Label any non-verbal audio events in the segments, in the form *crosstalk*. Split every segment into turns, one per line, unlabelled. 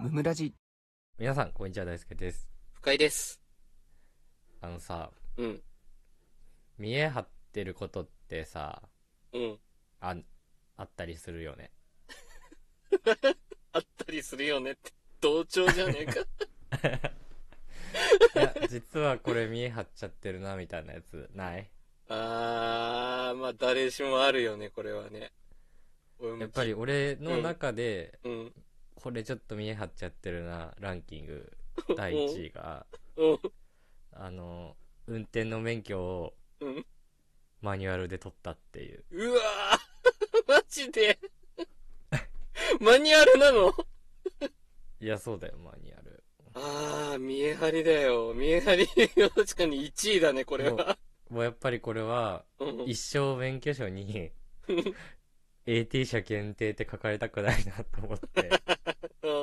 ムムラジ
皆さん、こんにちは、大輔です。
深井です。
あのさ、
うん。
見え張ってることってさ、
うん。
あ、あったりするよね。
あったりするよねって。同調じゃねえ
*laughs*
か。
いや、実はこれ見え張っちゃってるな、みたいなやつ、ない
あー、まあ誰しもあるよね、これはね。俺も
やっぱり俺の中で、
うん。
これちょっと見え張っちゃってるな、ランキング、第1位が、
うん。
あの、運転の免許を
うん。
マニュアルで取ったっていう。
うわー *laughs* マジで *laughs* マニュアルなの
いや、そうだよ、マニュアル。
あー、見え張りだよ。見え張り。確かに1位だね、これは。
もうやっぱりこれは、
うん
一生免許証に
*laughs*
AT 車検定って書かれたくないなと思って
うん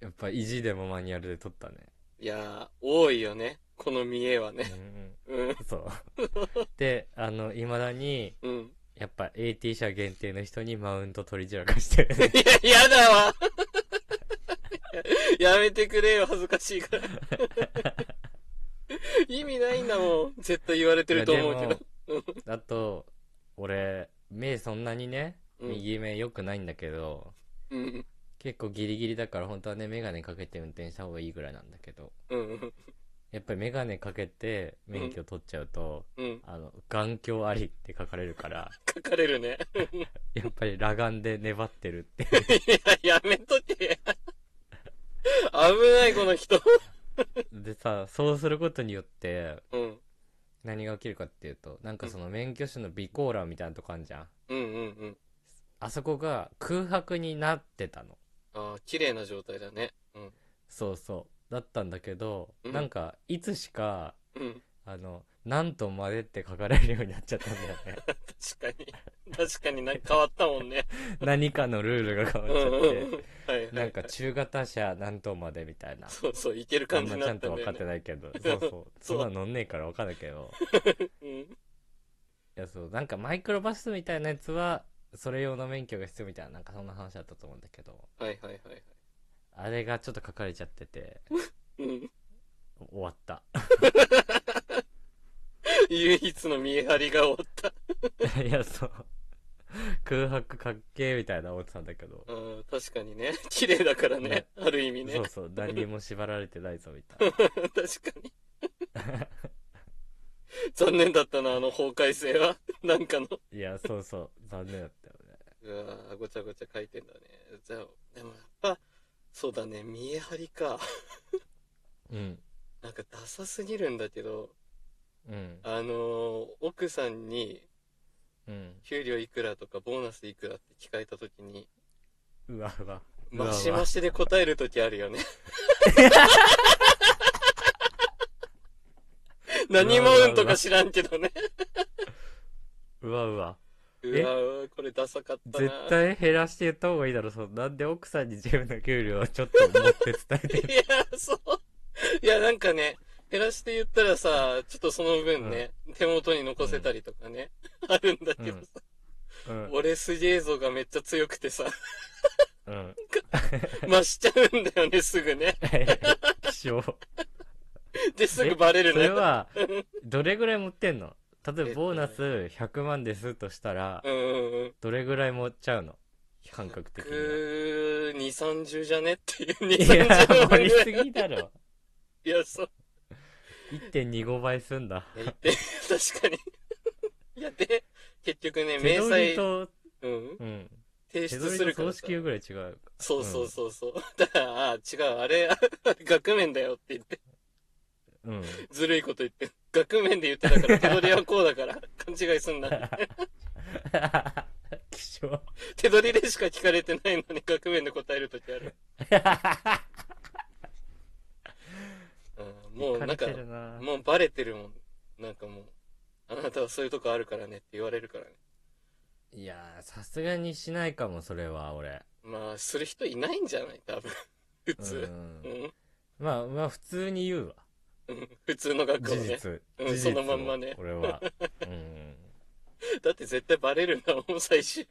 やっぱ意地でもマニュアルで撮ったね
いやー、多いよね。この見えはね。
う
うん。
んそう
*laughs*
であのいまだに
うん。
やっぱ AT 車限定の人にマウント取り散らかしてるね
いや、やだわ。 *laughs* やめてくれよ、恥ずかしいから。 *laughs* 意味ないんだもん。絶対言われてると思う
い
けど。
やでもあと俺目そんなにね
うん
右目良くないんだけど、
うん。
結構ギリギリだから本当はね眼鏡かけて運転した方がいいぐらいなんだけど
うん。
やっぱり眼鏡かけて免許取っちゃうと、
うん。
あの、眼鏡ありって書かれるから、 *laughs*
書かれるね。 *laughs*
やっぱり裸眼で粘ってるって。
いや、やめとけ。危ない、この人。
でさ、そうすることによって、
うん。
何が起きるかっていうと、なんかその免許証の備考欄みたいなとこあんじゃん。
うんうんうん。
あそこが空白になってたの。
ああ、綺麗な状態だね。うん。
そうそう。だったんだけど、
うん
なんか、いつしか、
うん。
あの、なんとまでって書かれるようになっちゃったんだよね。
*laughs* 確かに。確かになんか変わったもん
*laughs*
ね。
何かのルールが変
う
わ
んう
っちゃ
ん
っ
うん
て、。
はいはい。
なんか中型車なんとまでみたいな。
そうそう、いける
あ
感
ん
じ
ま
に
ち
な
ゃ
っ
ん
た
と
んだ
分
よ
かっ
ね
て。ないけど、そう
*laughs*
そう。そんなのんねえから分かんないけど。
うん。
いやそうなんかマイクロバスみたいなやつはそれ用の免許が必要みたいななんかそんな話だったと思うんだけど
はいはいはいはい。
あれがちょっと書かれちゃってて
うん。
終わった *laughs*
唯一の見え張りが終わった。
いやそう空白かっけーみたいな思ってたんだけど、
うん、確かにね。 *laughs* 綺麗だからね
ね。
ある意味ね
そう。そう何にも縛られてないぞみたい *laughs* な
確かに。残念だったな、あの法改正は。なんかの。
いやそうそう残念だったよね
うわーごちゃごちゃ書いてんだね。じゃあ、でもやっぱ、そうだね、見え張りか。
うん
なんかダサすぎるんだけど、
うん
あのー奥さんに、
うん
給料いくらとかボーナスいくらって聞かれたときに、
うわうわうわう
マ
わ
シマシで答えるときあ
*laughs*
るよね。何もうんとか知らんけどね。
うわうわ
う
わうわ
わうわ、これダサかったな。
絶対減らして言った方がいいだろそうなんで奥さんに自分の給料をちょっと持って伝えてる
いや、そう。いや、なんかね、減らして言ったらさ、ちょっとその分ね、手元に残せたりとかね、あるんだけどさ、
うん *laughs*
俺すげえ像がめっちゃ強くてさ、
うん *laughs*
増しちゃうんだよね、すぐね。
希少
で、すぐバレる
それ
ね。 *laughs*
はどれぐらい持ってんの例えばボーナス100万ですとしたら
うんうんうん。
どれぐらい持っちゃうの感覚的には
100、2、30じゃねっていう、
いや
2、30
盛
万
り
ぐら
す
い。
ぎだろ
いや、そう。
1.25倍すんだ
で、確かに。 *laughs* いや、で、結局ね、
手
*laughs* 明
取り
細、
と、
うん、
うん、
提
手
出
取り
する
と
から
葬
さ。
式ぐらい違う
そうそうそうそう。 *laughs* だから、あー違う、あれ、 *laughs* 額面だよって言って、
うん *laughs*
ずるいこと言って、額面で言ってたから、手取りはこうだから、 *laughs* 勘違いすん
*laughs*
な。
希少
手取りでしか聞かれてないのに、額面で答えるときある。うん、もうなんか
いかれて、るな
もうバレてるもん。なんかもう、あなたはそういうとこあるからねって言われるからね。
いやーさすがにしないかもそれは俺
まあ、する人いないんじゃない多分。普
う
通。うんん。
まあまあ普通に言うわ
うん普通の学校
事
ね。
実
うん
事実を
そのまんまね *laughs*
俺はうん
だって絶対バレるんだもん、最終。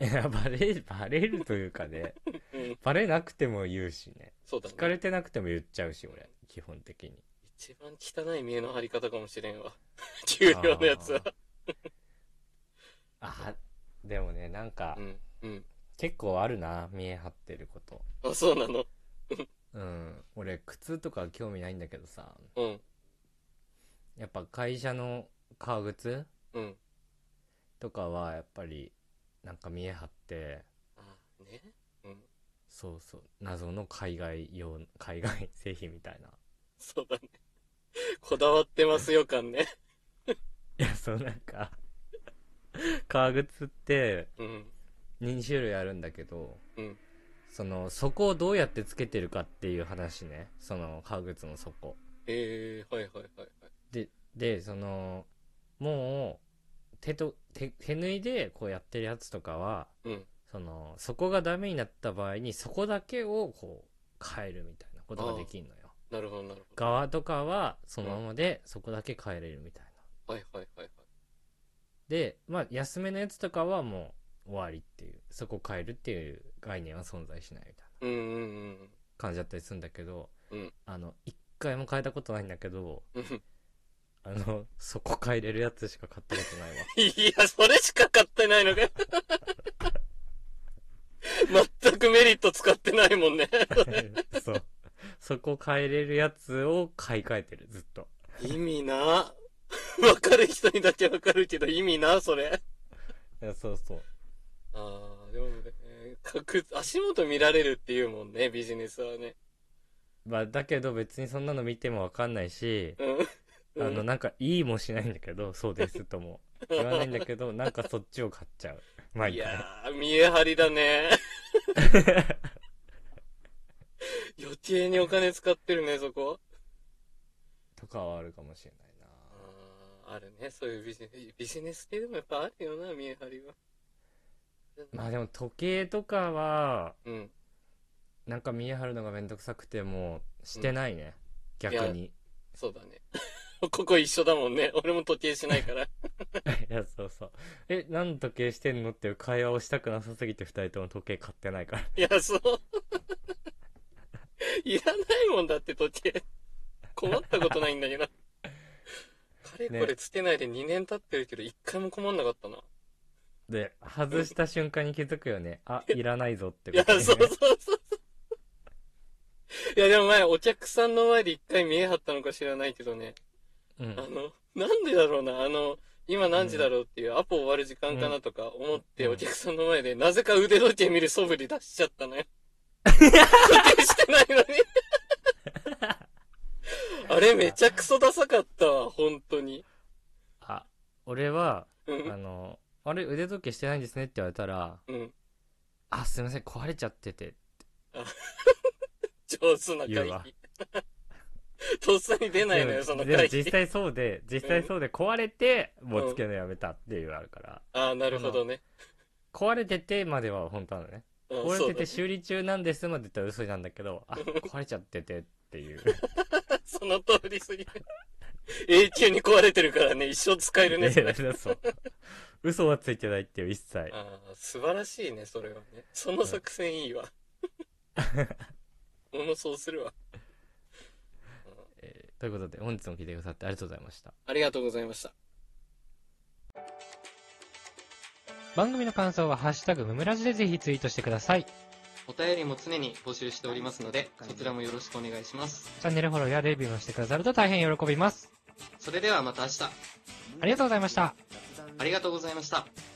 いやバレバレるというかね
うん。
バレなくても言うしね
そうだ
聞か
ね。
れてなくても言っちゃうし俺基本的に
一番汚い見えの張り方かもしれんわ。 *laughs* 給料のやつは。
あーあでもねなんか
うん。うん。
結構あるな見え張ってること
あ、そうなの。
うん俺靴とか興味ないんだけどさ
うん。
やっぱ会社の革靴
うん。
とかはやっぱりなんか見え張って
あ、ね。うん。
そうそう謎の海外用海外製品みたいな
そうだね。 *laughs* こだわってますよ感ね。
いやそうなんか革靴って
うん。
2種類あるんだけど
うん。
その底をどうやってつけてるかっていう話ねその革靴の底
えー、はいはいはいはい。
ででそのもう手と手手縫いでこうやってるやつとかは
うん。
そのそこがダメになった場合にそこだけをこう変えるみたいなことができるのよ
なるほどなるほど。
側とかはそのままでそこだけ変えれるみたいな
はいはいはいはい。
でまあ安めのやつとかはもう終わりっていうそこ変えるっていう概念は存在しないみたいな
うんうん
感じだったりするんだけど、
うん
あの一回も変えたことないんだけど
うんうん。 *laughs*
あのそこ変えれるやつしか買ったことないわ
いや、それしか買ってないのかよ。 *laughs* 全くメリット使ってないもんね。 *laughs*
そうそこ変えれるやつを買い替えてるずっと
意味な。 *laughs* わかる人にだけわかるけど、意味な、それ。
いやそうそう
ああ、でもね、確、足元見られるっていうもんね、ビジネスはね。
まあだけど別にそんなの見てもわかんないし、
うん。
あのなんかいいもしないんだけどそうですとも言わないんだけどなんかそっちを買っちゃう毎
い
回
やー、見え張り
*laughs*
だね。余計にお金使ってるね、そこ。
とかはあるかもしれないな
あーあるね、そういうビジネス。ビジネス系でもやっぱあるよな、見え張りは。
まあでも時計とかは
うん。
なんか見え張るのがめんどくさくてもうしてないね、逆に
そうだね。 *laughs* ここ一緒だもんね。俺も時計しないから。
いやそうそうえ何の時計してんのっていう会話をしたくなさすぎて2人とも時計買ってないから
いや、そう。 *laughs* いらないもんだって、時計。困ったことないんだけど。かれこれつけないで2年経ってるけど、一回も困んなかったな。
で外した瞬間に気づくよねあいらないぞって
いや、
こと
そうそうそうそう。いや、でも前、お客さんの前で一回見え張ったのか知らないけどね。
う
あ
ん
の、なんでだろうな、あの、今何時だろうっていう、アポ終わる時間かなとか思って、
うん
お客さんの前で、なぜか腕時計見る素振り出しちゃっ
*laughs*
たのよ。時計してないのに。あれ、めちゃくそダサかったわ、本当に。
あ俺は
う
あ
ん。
の、あれ、腕時計してないんですねって言われたら、
うん。
あ、すいません、壊れちゃってて。
上手な
言
会
うわ
議。 *laughs* とっさに出ないの
で
よ、
も
その
でも
会議
実。際そうで、実際そうで、壊れて、もうつけるのやめたっていうのがあるから、
ああ、なるほどね。
壊れててまでは本当なのね。
うん
壊
そ
れ
う
て
だね
て修理中なんですまで言ったら嘘なんだけど、あ、壊れちゃっててっていう。
その通りすぎる。永久に壊れてるからね、一生使えるね、それ。
ねそう嘘はついてないっていう、一切。
ああ、素晴らしいね、それはね。その作戦いいわ。俺もそうするわ。
えーということで、本日も聞いてくださってありがとうございました。
ありがとうございました。
番組の感想は、ハッシュタグムムラジでぜひツイートしてください。
お便りも常に募集しておりますので、そちらもよろしくお願いします。
チャンネルフォローやレビューもしてくださると大変喜びます。
それではまた明日、
ありがとうございました。
ありがとうございました。